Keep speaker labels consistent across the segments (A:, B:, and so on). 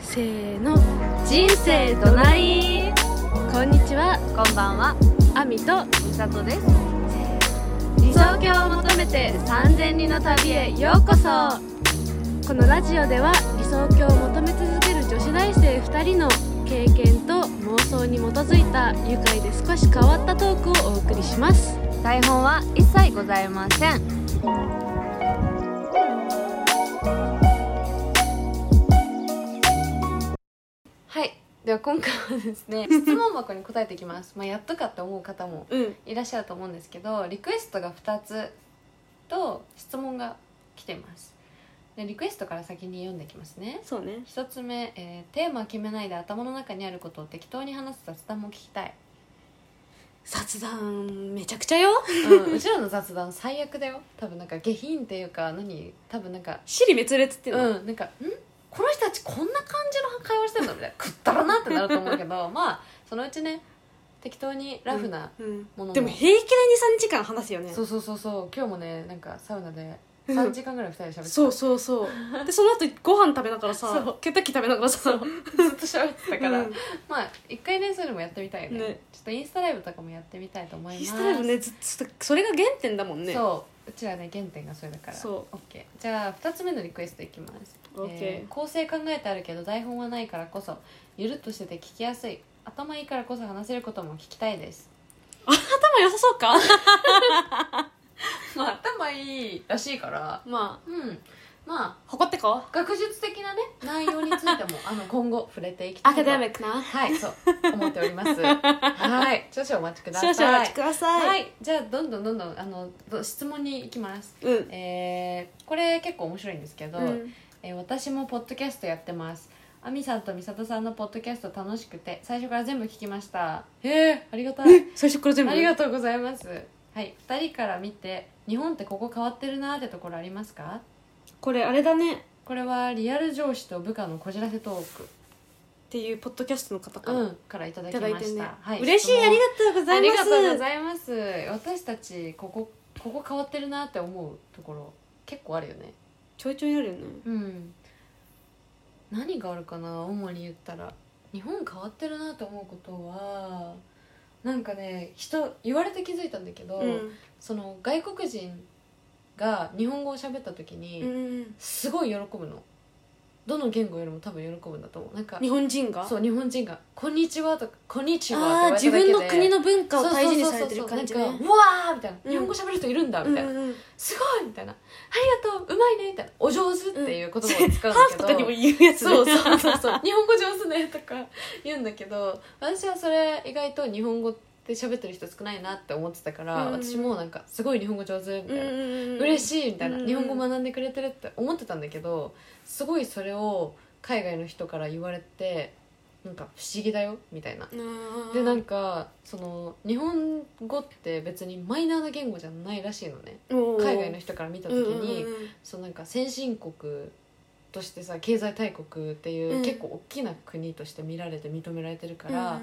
A: せーの
B: 人生どない
A: こんにちは
B: こんばんは
A: あみと
B: みさとです理想郷を求めて3000人の旅へようこそ
A: このラジオでは理想郷を求め続ける女子大生2人の経験と妄想に基づいた愉快で少し変わったトークをお送りします
B: 台本は一切ございませんはいでは今回はです ね質問箱に答えていきますまあやっとかって思う方も
A: うん
B: いらっしゃると思うんですけどリクエストが2つと質問が来てますでリクエストから先に読んでいきますね
A: そうね
B: 一つ目、えーテーマ決めないで頭の中にあることを適当に話す雑談も聞きたい、
A: 雑談めちゃくちゃよ
B: うん、うちらの雑談最悪だよ多分なんか下品っていうか何多分なんか
A: 尻滅裂って
B: うんなんかんこの人たちこんな感じの会話してんのみたいなくったらなってなると 思うけどまあそのうちね適当にラフな、
A: うん
B: ものも
A: でも平気で23時間話すよね
B: そうそうそうそう今日もねなんかサウナで3時間ぐらい2人で喋ってた
A: そうそう そうでその後ご飯食べながら
B: そ
A: さケンタッキー食べながらさ
B: ずっと喋ってた
A: だ
B: から、まあ一回ねそれでもやってみたいよね
A: ね
B: ちょっとインスタライブとかもやってみたいと思います
A: インスタライブねずっとそれが原点だもんね
B: そううちらね原点がそれだから
A: そ
B: オッケーじゃあ2つ目のリクエストいきます、
A: オッケー
B: え構成考えてあるけど台本はないからこそゆるっとしてて聞きやすい頭いいからこそ話せることも聞きた いです
A: 頭良さそうか
B: まあ頭いいらしいから
A: まあ
B: うんまあ
A: 誇ってこ
B: 学術的なね内容について もあの今後触れていきた
A: ア
B: いと
A: カデミックな
B: はいそう思っておりますはい少々お待ちく だ
A: 少
B: さい
A: 々お待ちください、
B: はいじゃあどんどんどんどんあのど質問に行きます
A: うん、
B: えーこれ結構面白いんですけど、
A: うん
B: えー私もポッドキャストやってますあみさんとみさとさんのポッドキャスト楽しくて最初から全部聞きましたへえありがたい
A: 最初から全部
B: ありがとうございますはい2人から見て日本ってここ変わってるなーってところありますか
A: これあれだねっ
B: これはリアル上司と部下のこじらせトー
A: ていうポッドキャストの方か
B: ク、
A: ら、
B: うん、からいただ
A: い
B: き
A: ただい
B: ま
A: て
B: した
A: ね、
B: はい、
A: 嬉しい
B: 質問
A: ありがとうござ
B: あ
A: い
B: り
A: ます
B: がとうございます私たちここここ変わってるなって思うところ結構あるよね
A: ちょいちょいあるよね
B: うん何があるかな主に言ったら日本変わってるなと思うことはなんかね人言われて気づいたんだけど、
A: うん
B: その外国人が日本語を喋った時に、
A: うん
B: すごい喜ぶのどの言語よりも多分喜ぶんだと思うなんか
A: 日本人が
B: そう日本人が「こんにちは」とか「こんにち
A: あ
B: は」
A: あ
B: って
A: 自
B: 言われ
A: 分
B: た
A: の
B: だけで
A: 国の文化を大事に
B: そう
A: さ
B: そ
A: れ
B: う
A: て
B: そうそ
A: る
B: う
A: 感じ
B: な
A: ね
B: んかうわーみたいな、日本語喋る人いるんだみたいな、
A: うんうんうん
B: すごいみたいな「ありがとううまいね」みたいな「お上手」っていう言葉を使うんだけど、
A: ハーフとかにも言うやつね
B: そうそうそう そう日本語上手ねとか言うんだけど私はそれ意外と日本語って喋ってる人少ないなって思ってたか
A: う
B: ら、
A: ん
B: 私もなんかすごい日本語上手みたいな、嬉
A: 嬉しい
B: しいみたいな、
A: うん
B: 日本語学んでくれてるって思ってたんだけどすごいそれを海外の人から言われてなんか不思議だよみたいな。でなんかその日本語って別にマイナーな言語じゃないらしいのね海
A: 海
B: 外の人から見た時に、そうなんか先進国としてさ経済大国っていう、
A: うん
B: 結構大きな国として見られて認められてるから、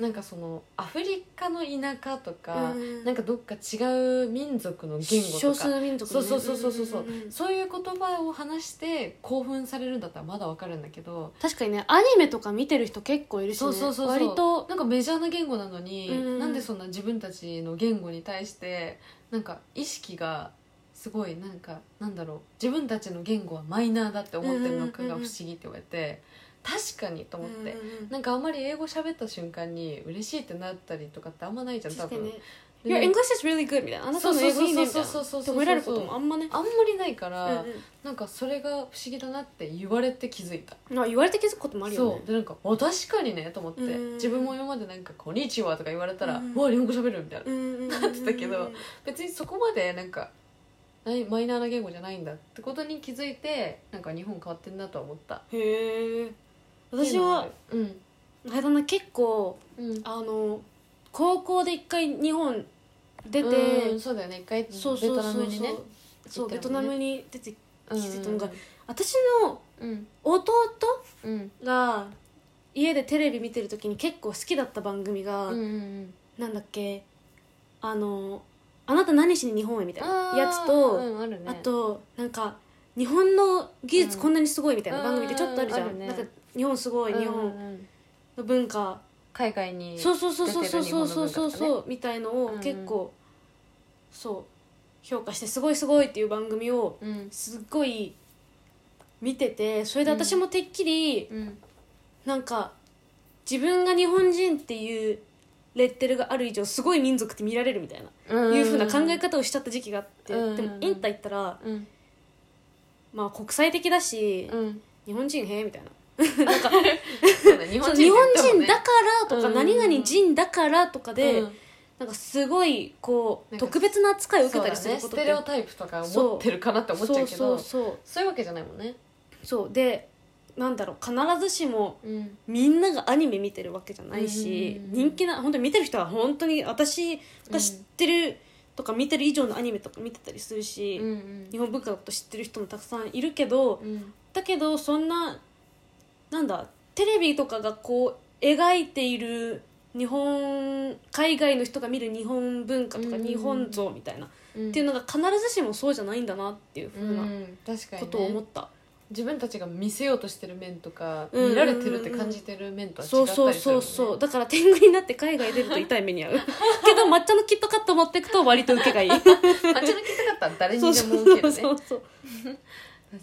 B: なんかそのアフリカの田舎とか、なん
A: か
B: かどっか違う民族の言語
A: 少
B: と
A: 数
B: か。
A: 民族の
B: そう
A: ね
B: そうそうそうそうそうん
A: んんん
B: そういう言葉を話して興奮されるんだったらまだわかるんだけど、
A: 確かにねアニメとか見てる人結構いるしね
B: そうそうそうそう
A: 割と
B: なんかメジャーな言語なのに、
A: うん
B: なんでそんな自分たちの言語に対してなんか意識がすごいなんかなんだろう自分たちの言語はマイナーだって思ってるのかが不思議って言われて、確かにと思って、なんかあんまり英語喋った瞬間に嬉しいってなったりとかってあんまないじゃん多
A: 確かに
B: 分
A: ね。「
B: で
A: Your English is really good」みたいな「あなたの英語いいね」みたいなって
B: そうそうそうそうそうそうそう
A: 褒められることもあんまね
B: あんまりないから、
A: うん
B: なんかそれが不思議だなって言われて気づいた。
A: うんあ言われて気づくこともあるよ
B: そ
A: ね
B: うでなんかあ確かにねと思って
A: うん
B: 自分も今までなんか「こんにちは」とか言われたら
A: う
B: 「
A: ん
B: うわ日本語喋る」みたいな
A: な
B: なってたけど別にそこまでなんかないマイナーな言語じゃないんだってことに気づいてなんか日本変わってんなとは思った
A: へえ私は
B: うん
A: あれだな結構
B: うん
A: あの高校で一回日本出
B: うん
A: て
B: そうだよね一回ベ
A: そうそう
B: ト
A: そ
B: ナ
A: う
B: ムにね
A: そうそう
B: 行
A: ベ
B: った
A: ト
B: よね
A: ナムに出て
B: うん
A: 気づいたのが私の
B: うん
A: 弟
B: うん
A: が家でテレビ見てる時に結構好きだった番組
B: う
A: が、
B: んうんうん
A: なんだっけあの「あなた何しに日本へ」みたい
B: あ
A: な
B: ー
A: やつと、
B: うんあるね
A: あとなんか「日本の技術こんなにすごい」みたいな
B: うん
A: 番組でちょっとあるじゃん、
B: うんあるね
A: なんか日本すごい日
B: う
A: 本
B: んうん
A: の文化
B: 海外に
A: そうそうそうそうそうそうそうそう
B: 出てる日本の文化と
A: みたいのを
B: うんうん
A: 結構、そう評価してすごいすごいっていう番組を
B: うん
A: すっごい見ててそれで私もてっきり
B: うん
A: なんか自分が日本人っていうレッテルがある以上すごい民族って見られるみたいな、
B: うん
A: いうふうな考え方をしちゃった時期があって、
B: うん
A: でもインタ行ったら
B: うん
A: まあ国際的だし、
B: うん
A: 日本人へえみたいな
B: そうだ日
A: そう
B: 本
A: 日
B: 人
A: 本人だか
B: っ
A: らとか、
B: うん
A: 何々人だからとかで、
B: てもね
A: なんかすごいこう
B: なんか
A: 特別な扱いを
B: うん
A: 受けたりす
B: そうだ
A: る
B: ね
A: こと
B: ス
A: っ
B: テ
A: て
B: レオタイプとか持ってるかなって思っちゃ
A: そうう
B: け
A: そ
B: ど
A: うそう
B: そういうわけじゃないもんね
A: そうでなんだろう必ずしも
B: うん
A: みんながアニメ見てるわけじゃないし、
B: うん
A: 人気な本当に見てる人は本当に私が知ってるとか見てる以上のアニメとか見てたりするし、
B: うん
A: 日本文化のこと知ってる人もたくさんいるけど、
B: うん
A: だけどそんななんだテレビとかがこう描いている日本海外の人が見る日本文化とか
B: うん
A: 日本像みたいな、
B: うん
A: っていうのが必ずしもそうじゃないんだなっていうふ
B: う
A: うなん
B: 確かにね
A: ことを思った、
B: 自分たちが見せようとしてる面とか
A: うん
B: 見られてるって感じてる面とは違った
A: そう
B: りする
A: そ
B: もん
A: うそうそ
B: ね
A: うだから天狗になって海外出ると痛い目 に遭うけど抹茶のキットカット持ってくと割と受けがいい
B: あっちの聞きたかったら誰
A: そ
B: に
A: う
B: で
A: そ
B: も受け
A: う
B: るね
A: そうそう、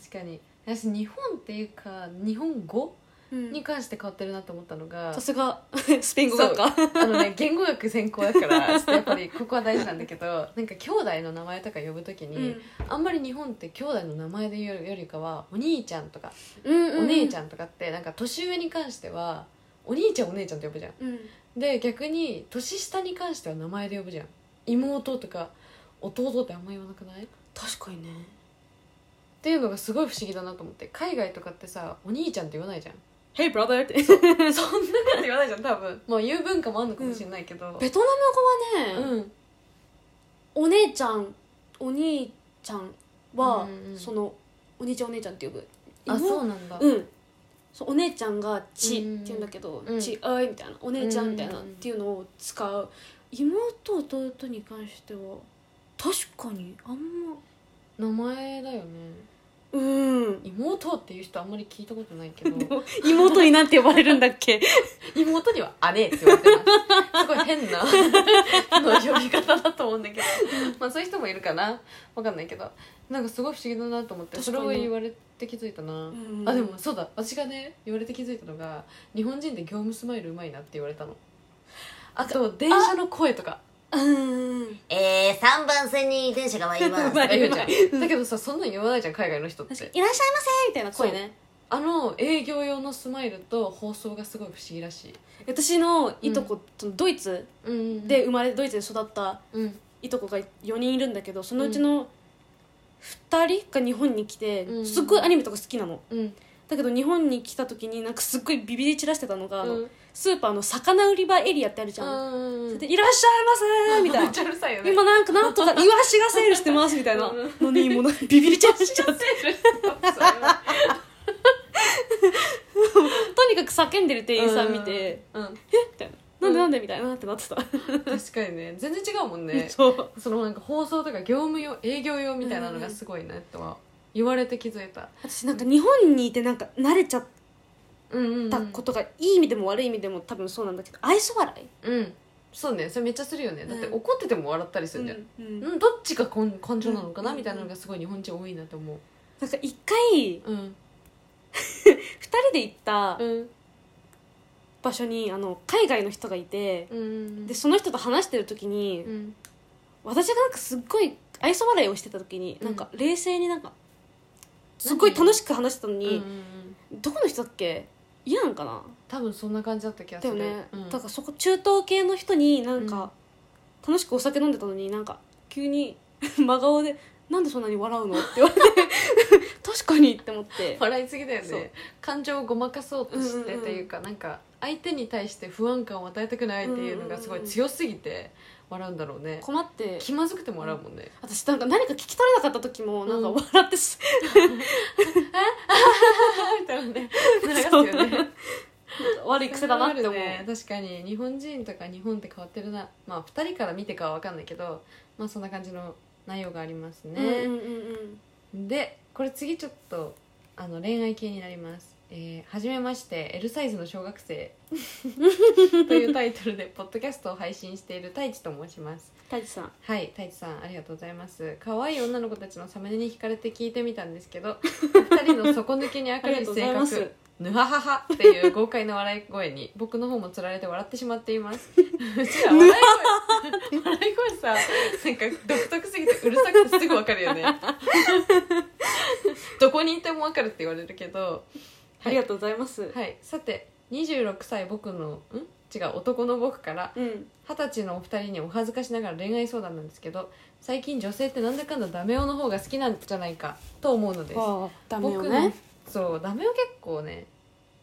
B: 確かに私日本っていうか日本語
A: うん
B: に関して変わってるなと思ったのが
A: さすがスペイン語学科
B: あのね言語学専攻だからちょっとやっぱりここは大事なんだけどなんか兄弟の名前とか呼ぶとき
A: う
B: に、あんまり日本って兄弟の名前で言うよりかはお兄ちゃんとかお
A: お
B: 姉ちゃ
A: ん、
B: んとかってなんか年上に関してはお兄ちゃんお姉ちゃんって呼ぶじゃん
A: うん、
B: で逆に年下に関しては名前で呼ぶじゃん妹とか弟ってあんま言わなくないっ
A: 確かにね
B: ていうのがすごい不思議だなと思って海外とかってさお兄ちゃんって言わないじゃん
A: Hey brother って
B: そんなこと 言わないじゃん多分まあ言う文化もあるのかもしれないけど、
A: ベトナム語はね、
B: うん
A: お姉ちゃんお兄ちゃんは、
B: うんうん
A: そのお兄ちゃんお姉ちゃんって呼ぶ
B: あそうなんだ、
A: うんそうお姉ちゃんが「ち」っ
B: う
A: て
B: んうん
A: 言うんだけど
B: うん
A: 「ちあい」みたいな「お姉ちゃん」みたいな
B: う
A: っ
B: んうんうん
A: ていうのを使う妹弟に関しては確かにあんま
B: 名前だよね
A: うん
B: 妹っていう人あんまり聞いたことないけど
A: 妹になんて呼ばれるんだっけ
B: 妹には姉って言われてますすごい変な の呼び方だと思うんだけどまあそういう人もいるかなわかんないけどなんかすごい不思議だなと思ってそ
A: 確
B: れ
A: かに
B: を言われて気づいたな、
A: うん
B: あでもそうだ私がね言われて気づいたのが日本人って業務スマイルうまいなって言われたのあと電車の声とか
A: うん
C: えー、3番線に電車が参ります。
A: まあ
B: 言うじゃ
A: うん
B: だけどさそんなん言わないじゃん海外の人っ
A: 確か
B: て
A: に「いらっしゃいませ」みたいな声ね
B: あの営業用のスマイルと放送がすごい不思議らしい
A: 私のいとこ、そのドイツ
B: うん
A: で
B: で、
A: 生まれドイツで育った
B: うん、
A: いとこが4人いるんだけどそのうちの2人が日本に来て、
B: うん
A: すっごいアニメとか好きなの
B: うん、
A: だけど日本に来た時になんかすっごいビビり散らしてたのが、あ
B: う
A: の
B: ん
A: スーパーの魚売り場エリアってあるじ
B: う
A: ゃん、
B: ん、
A: でいらっしゃいませ」みたい
B: めっ
A: な
B: ちゃうるさい
A: 「
B: よね。
A: 今なんかなんとかイワシがセールしてます」みたいな
B: うん
A: のにもうなんかビビり散らし ちゃって とにかく叫んでる店員さん見て
B: うん、
A: 「えみたいな「なんでなんで?」みたいなってなってた、
B: 確かにね全然違うもんね
A: そう
B: そのなんか放送とか業務用営業用みたいなのがすごいなとは言われて気づいた
A: 私なんか日本にいてなんか慣れちゃっ
B: うんうん、うん、
A: たことがいい意味でも悪い意味でも多分そうなんだけど愛想笑い
B: うんそうねそれめっちゃするよねだって
A: うん
B: 怒ってても笑ったりするじゃん、うん
A: うん
B: どっちがこん感情なのかな、
A: うん
B: みたいなのがすごい日本人多いなと思う
A: なんか一回
B: うん
A: 2人で行った
B: うん
A: 場所にあの海外の人がいて
B: うん
A: でその人と話してる時に
B: うん
A: 私がなんかすっごい愛想笑いをしてた時に
B: うん
A: なんか冷静になんかすっごい楽しく話してたの
B: うんうん
A: に
B: うん
A: どこの人だっけイランかな
B: 多分そんな感じだった気がす
A: だよ
B: る
A: ね
B: うん
A: だからそこ中東系の人になん
B: う
A: か楽しくお酒飲んでたのになんか急に 真顔で「なんでそんなに笑うの?」って言 われて確かにって思って
B: 笑いすぎだよ
A: そう
B: ね感情をごまかそうとしてというか、なんか相手に対して不安感を与えたくないっていうのがすごい強すぎて笑うんだろうね、
A: 困って
B: 気まずくても笑うもんね、
A: 私なんか何か聞き取れなかった時もなんか
B: うん
A: 笑ってす、
B: みたいなね流すよね
A: 悪い癖だなって思う、
B: ね確かに日本人とか日本って変わってるなまあ2人から見てかは分かんないけどまあそんな感じの内容があります
A: うんうん
B: ね、
A: うんうん
B: でこれ次ちょっとあの恋愛系になりますえーはじめまして「L サイズの小 学生」というタイトルでポッドキャストを配信している太一と申します
A: 太一さん
B: はい太一さんありがとうございます可愛い女の子たちのサムネに惹かれて聞いてみたんですけどお二人の底抜けに明
A: ありが
B: るい
A: とうござ
B: 性
A: います
B: 格ぬはははっていう豪快な笑い声に僕の方もつられて笑ってしまっています うちら笑い声 笑い声さなんか独特すぎてうるさくてすぐわかる よねどこにいてもわかるって言われるけど
A: ありがとうございます、
B: はい、さて26歳僕のん違う男の僕から
A: うん
B: 二十歳のお二人にお恥ずかしながら恋愛相談なんですけど最近女性ってなんだかんだダメ男の方が好きなんじゃないかと思うのです
A: ああダメよ
B: 僕
A: ね
B: のそうダメ男結構ね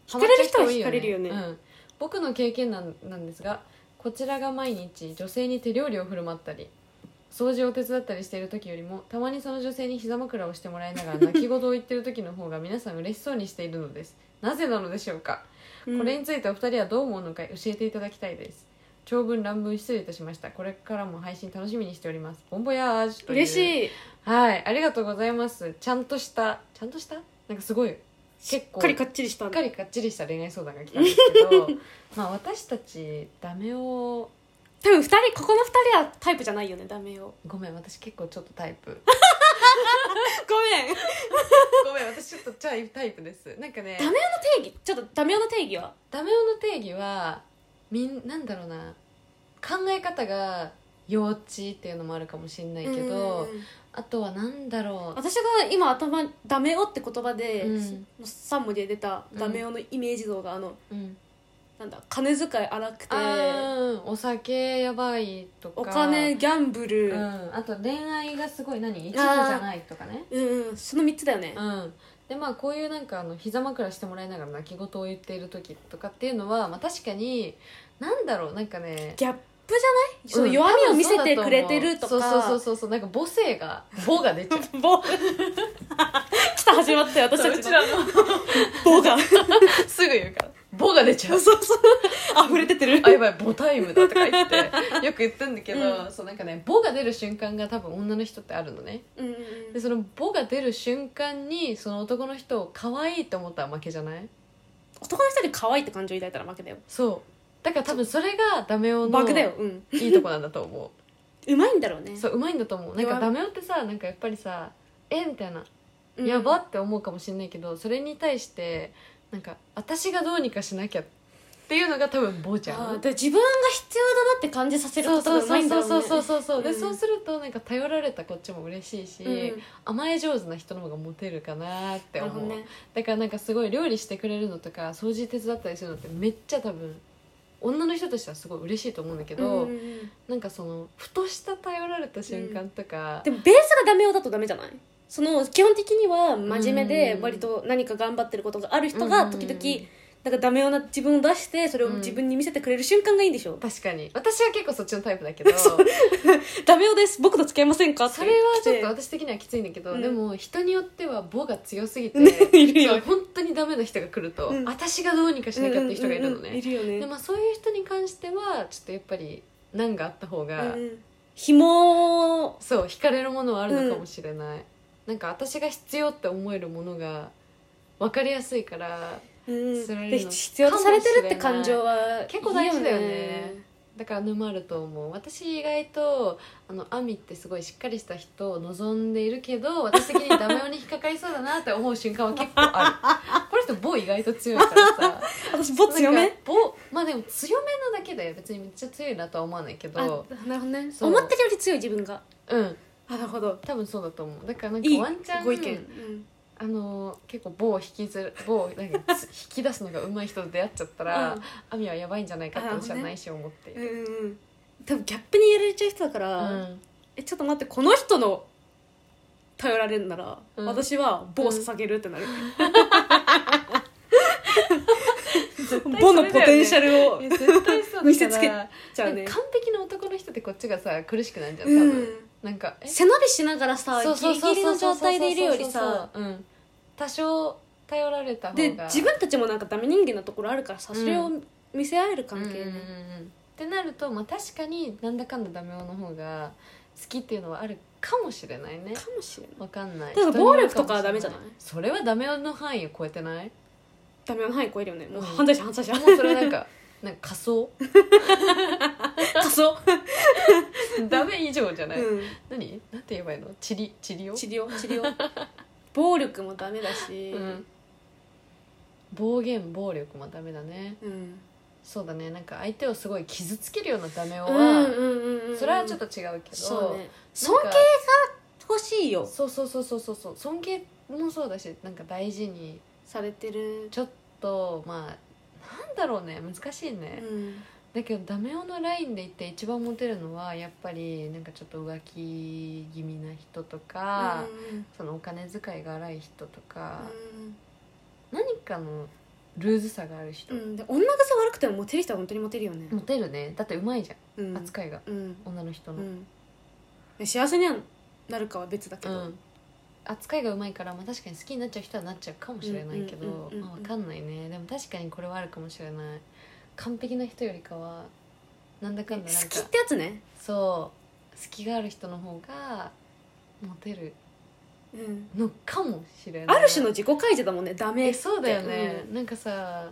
A: 惹かれる人は惹かれるよね
B: ハマっちゃう人多いうん、僕の経験なんなんですがこちらが毎日女性に手料理を振る舞ったり掃除を手伝ったりしている時よりもたまにその女性に膝枕をしてもらいながら泣き言を言ってる時の方が皆さん嬉しそうにしているのですなぜなのでしょうか
A: うん
B: これについてお二人はどう思うのか教えていただきたいです長文乱文失礼いたしましたこれからも配信楽しみにしておりますボンボヤージュという
A: 嬉
B: い
A: しい
B: はいありがとうございますちゃんとしたちゃんとしたなんかすごい
A: し
B: 結
A: っ
B: 構
A: かりかっちりした
B: しっかりかっちりした恋愛相談が来たんですけ どまあ私たちダメを
A: 多分二人ここの二人はタイプじゃないよねダメを
B: ごめん私結構ちょっとタイプ
A: ごめん
B: ごめん私ちょっとチャイタイプですなんかね
A: ダメ定義ちょっとダメ男の定義は
B: ダメ男の定義はみんなんだろうな考え方が幼稚っていうのもあるかもしれないけど、
A: うん
B: あとはなんだろう
A: 私が今頭にダメ男って言葉で、
B: うん
A: 3文字で出たダメ男のイメージ像があの
B: うん、
A: なんだ金遣い荒くて
B: あーお酒やばいとか
A: お金ギャンブ
B: う
A: ル、うん
B: ん、あと恋愛がすごい何一途じゃないとかね
A: うん、その3つだよね、
B: うんでまあこういうなんかあの膝枕してもらいながら泣き言を言っている時とかっていうのは、まあ、確かになんだろうなんかね
A: ギャップじゃない、
B: うん
A: その弱みを見せ
B: 多
A: て
B: 分そうだと思う
A: くれてるとか
B: そうそうそうそうそうなんか母性が母が 出ちゃう
A: ボ来た始まったよ私た
B: う
A: ち
B: ち
A: の
B: らの
A: ボがそ
B: すぐ言うから母が出ちゃう
A: う そう溢れてってる
B: あやばい母タイムだとか言っ てよく言ってんだけど、
A: う
B: そうなんかね母が出る瞬間が多分女の人ってあるのね
A: うんうんうん
B: でその母が出る瞬間にその男の人を可愛いと思ったら負けじゃない
A: 男の人で可愛いって感情抱いたら負けだよ
B: そうだから多分それがダメ男
A: バグだよ
B: の
A: うん
B: いいとこなんだと思う
A: うまいんだろうね
B: そううまいんだと思うなん
A: 弱い
B: かダメ男ってさなんかやっぱりさえみたいな
A: うん
B: やばって思うかもしれないけど、それに対してなんか私がどうにかしなきゃっていうのが多分坊ちゃ
A: あ
B: ん
A: ーで自分が必要だなって感じさせる
B: そ
A: こ
B: う
A: と
B: そ
A: が
B: う
A: うまい
B: そ
A: ん
B: う
A: だ
B: そ
A: ろ
B: う
A: うね
B: そうそうそうで、
A: うん
B: そうするとなんか頼られたこっちも嬉しいし、
A: うん
B: 甘え上手な人の方がモテるかなって
A: なる
B: 思
A: ほ
B: う、
A: どね
B: だからなんかすごい料理してくれるのとか掃除手伝ったりするのってめっちゃ多分女の人としてはすごい嬉しいと思うんだけど、
A: うんうんうん
B: なんかそのふとした頼られた瞬間とか、
A: でもベースがダメ男だとダメじゃないその基本的には真面目で
B: うん
A: 割と何か頑張ってることがある
B: うんう
A: 人
B: ん
A: が時々なんかダメ男な自分を出してそれを自分に見せてくれる瞬間がいいんでしょ、
B: 確かに私は結構そっちのタイプだけ どそ
A: ダメ男です僕と付き合いませんかって
B: れはちょっと
A: 来
B: 私的にはきついんだけど、
A: うん
B: でも人によっては母が強すぎて、
A: て いるよ
B: そう本当にダメな人が来ると、
A: うん
B: 私がどうにかしなきゃっていう人がいるのね、
A: うんうんうんいるよね
B: でまあ、そういう人に関してはちょっとやっぱり難があった方が、
A: うんうん紐を
B: そう惹かれるものはあるのかもしれない、なんか私が必要って思えるものが分かりやすいから
A: うん
B: それ
A: で必要とされてるって感情は
B: 結構大事だよねだから沼ると思う私意外とあのアミってすごいしっかりした人を望んでいるけど私的にダメ男に引っかかりそうだなって思う瞬間は結構あるこの人某意外と強いからさ
A: 私ボ強め
B: なんか某まあでも強めなだけで別にめっちゃ強いなとは思わないけ
A: あなる
B: ど
A: ほどね
B: そう
A: 思ってるより強い自分が
B: うん
A: なるほど
B: 多分そうだと思うだからなんか
A: いい
B: ワンチャン
A: ご意見、
B: あのー結構某を引きずる某なんかつ引き出すのが上手い人と出会っちゃったら、
A: うん
B: アミはやばいんじゃないかって私は内心思ってい
A: うん
B: る、
A: うんうん多分ギャップにやられちゃう人だか
B: う
A: ら、
B: ん
A: えちょっと待ってこの人の頼られるなら、
B: うん
A: 私は棒捧げるってなる、棒
B: 対それだよね
A: のポテンシャルを
B: いや絶対そうだから
A: 見せつけちゃう
B: な
A: ね
B: んか完璧な男の人ってこっちがさ苦しくなるじゃん多
A: う
B: 分、
A: ん
B: なんかえ
A: 背伸びしながらさギリギリの状態でいるよりさ
B: うん多少頼られた方が
A: で自分たちもなんかダメ人間なところあるからさ
B: うん
A: それを見せ合える関係ね、
B: うんうんうんうんってなると、まあ、確かになんだかんだダメ男の方が好きっていうのはあるかもしれないね
A: かもしれない
B: わかんない
A: だから
B: 人による
A: 暴力とかはダメじゃない
B: もしれそれはダメ男の範囲を超えてない
A: ダメな範囲超えるよねもう
B: うん
A: 犯罪者犯罪者
B: もうそれ なんかなんか仮想
A: 仮想
B: ダメ以上じゃない、
A: う
B: 何なんて言えばいいのチリチリを
A: ん治療 治療暴力もダメだし
B: うん、暴言暴力もダメだね
A: うん
B: そうだねなんか相手をすごい傷つけるようなダメをは、
A: うん
B: それはちょっ
A: と
B: と違うけど
A: そうね
C: 尊
B: なんか
C: 敬が欲しいよ
B: そうそうそうそうそうそう尊敬もそうだしなんか大事に
A: されてる
B: ちょっとまあなんだろうね難しいね、
A: うん
B: だけどダメ男のラインで言って一番モテるのはやっぱりなんかちょっと浮気気味な人とか、
A: うん
B: そのお金遣いが荒い人とか、
A: うん
B: 何かのルーズさがある人、
A: うんで女癖悪くてもモテる人は本当にモテるよね
B: モテるねだってうまいじゃ、
A: うんん
B: 扱いが
A: うん
B: 女の人
A: う
B: の、
A: んで幸せにはなるかは別だけ
B: う
A: ど
B: ん扱いがうまいから、まあ、確かに好きになっちゃう人はなっちゃうかもしれないけ
A: うんうん
B: ど
A: うんうん
B: まあわかんないねでも確かにこれはあるかもしれない完璧な人よりかはなんだか
A: 好
B: んだなん
A: き
B: か
A: ってやつね
B: そう好きがある人の方がモテる
A: うん
B: のかもしれない
A: ある種の自己解除だもんねダメ
B: えそうだよね、
A: う
B: なんかさ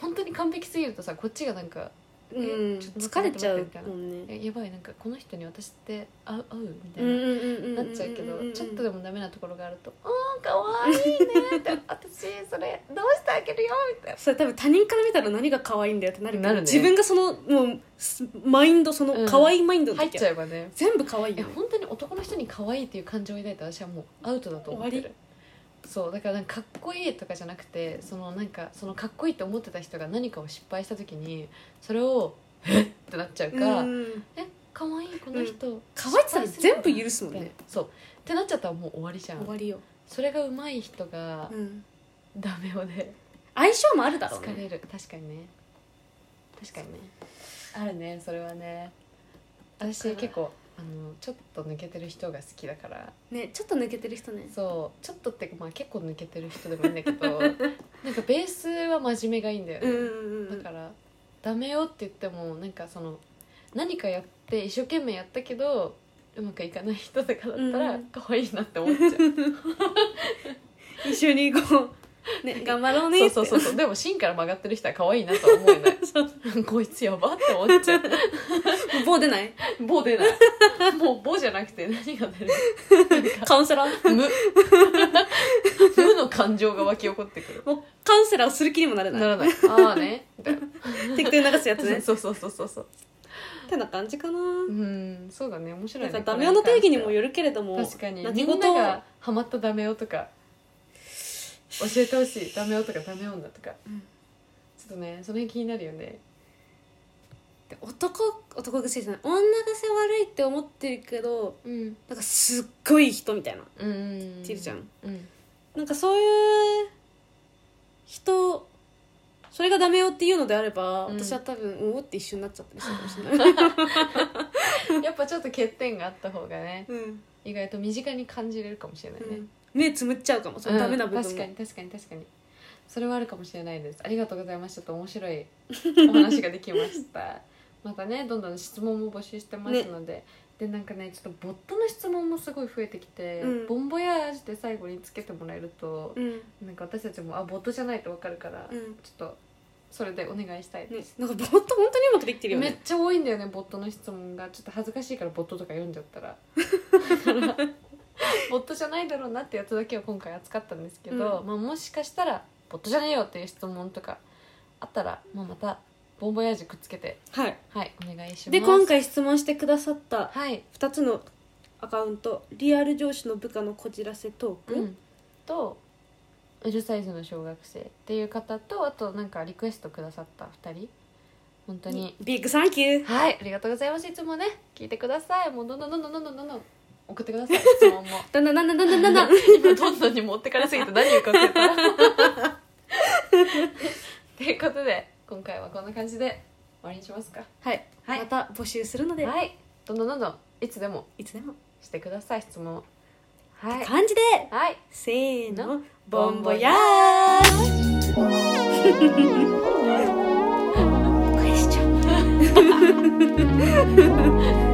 B: 本当に完璧すぎるとさこっちがなんか
A: うん
B: えちょっ
A: 疲
B: と待って
A: れちゃう
B: 待って
A: もんね
B: えやばいなんかこの人に私って合う合うみた
A: う
B: い
A: ん
B: な、
A: うんうんうん
B: なっちゃうけど、
A: んんん
B: ちょっとでもダメなところがあると「うんかわいいね」って 「私それどうしてあげるよ」みたい
A: それ多分他人から見たら何が可愛いんだよってなるけど
B: なるね
A: 自分がそのもうすマインドその可愛いマインドの
B: な入っ
A: 時
B: ち
A: は
B: ゃえばね
A: 全部可愛い
B: いや
A: よね
B: 本当に男の人に可愛いっていう感情を抱いた私はもうアウトだと思って
A: 終
B: るそうだからなんかかっこいいとかじゃなくてそのなんかそのかっこいいって思ってた人が何かを失敗した時にそれを「えっ!」ってなっちゃうから
A: う
B: 「
A: ん
B: え可愛いこの人、
A: 可愛いってたら全部許すもん
B: みたいな
A: ね
B: そうってなっちゃったらもう終わりじゃ
A: 終わ
B: ん
A: りよ
B: それが上手い人が
A: うん
B: ダメをね
A: 相性もあるだろう
B: 疲
A: ね
B: れる確かにね確かにねあるねそれはね
A: だ
B: 私
A: から
B: 結構あのちょっと抜けてる人が好きだから
A: ねちょっと抜けてる人ね
B: そうちょっとってかまあ結構抜けてる人でもいいんだけ どなんかベースは真面目がいいんだよ
A: う
B: ね、
A: んうんうん
B: だからダメよって言ってもなんかその何かやって一生懸命やったけどうまくいかない人とかだった
A: う
B: ら
A: ん
B: 可愛いなって思っちゃう、
A: 一緒にこうね頑張ろうねって
B: そうそうそうそうでも芯から曲がってる人は可愛いなとは思え ないこいつやばって思っちゃう
A: もう棒出ない
B: 棒出ない もう棒じゃなくて何が出る
A: カウンセラー
B: 無 無の感情が湧き起こってくる
A: もうカウンセラーをする気にもなれ
B: な
A: ない
B: らないああねみたいな
A: 適当に流すやつね
B: そうそうそうそうそう
A: ってな感じかな
B: うんそうだね面白い
A: なん
B: ね
A: かダメ男の定義にも
B: る
A: よるけれども
B: 確かに
A: 泣
B: み
A: き
B: ん
A: 言
B: な
A: は
B: がハマったダメ男とか教えてほしいダメ男とかダメ女とか、
A: うん
B: ちょっとねその辺気になるよね
A: で男男癖じゃない女癖悪いって思ってるけど
B: うん
A: なんかすっごい人みたいな
B: うん
A: てるじゃん
B: うん
A: なんかそういう人それがダメよっていうのであれば、
B: うん
A: 私は多分おおって一緒になっちゃったりするかもしれない、
B: やっぱちょっと欠点があった方がね
A: うん
B: 意外と身近に感じれるかもしれないね、
A: うん目つむっちゃうかもそのダメな部分
B: うん
A: も、
B: 確かに確かに確かにそれはあるかもしれないですありがとうございますちょっと面白いお話ができました またねどんどん質問も募集してますので、でなんかねちょっとボットの質問もすごい増えてきて、
A: うん
B: ボンボヤージュで最後につけてもらえると、
A: うん
B: なんか私たちもあボットじゃないとわかるから、
A: う
B: ちょ
A: ん
B: っとそれでお願いしたい
A: ね
B: です、、
A: なんかぼーっと本当にうまくできてるよ
B: めっ
A: ね
B: ちゃ多いんだよねボットの質問がちょっと恥ずかしいからボットとか読んじゃっ たらボットじゃないだろうなってやつだけを今回扱ったんですけど、
A: うん
B: まあ、もしかしたらボットじゃねえよっていう質問とかあったら、まあ、またボンボヤージュくっつけて
A: はい
B: はいお願いします
A: で今回質問してくださった
B: はい、
A: 2つのアカウントリアル上司の部下のこじらせトーク、
B: うん、とうるさいぞの小学生っていう方とあとなんかリクエストくださった2人本当に
A: ビッグサンキュー
B: はい、ありがとうございます。いつもね、聞いてください。もうどんどんどんどんどんどんどんどん送ってく ださい。質問も。
A: だんだんだんだんだんだんだんだん
B: 今どんどんに持ってからすぎて何言うか忘れた。ということで、今回はこんな感じで終わりにしますか。
A: はい、
B: はい
A: また募集するので、
B: はい、どんどんどんどんいつでも
A: い、つでも
B: してください質問を。はい、
A: 漢字で
B: はい、
A: せーのボ
B: ボ
A: ン
B: ン
A: ボ
B: ボ
A: ヤ
B: ヤ
A: ージュクエスチョン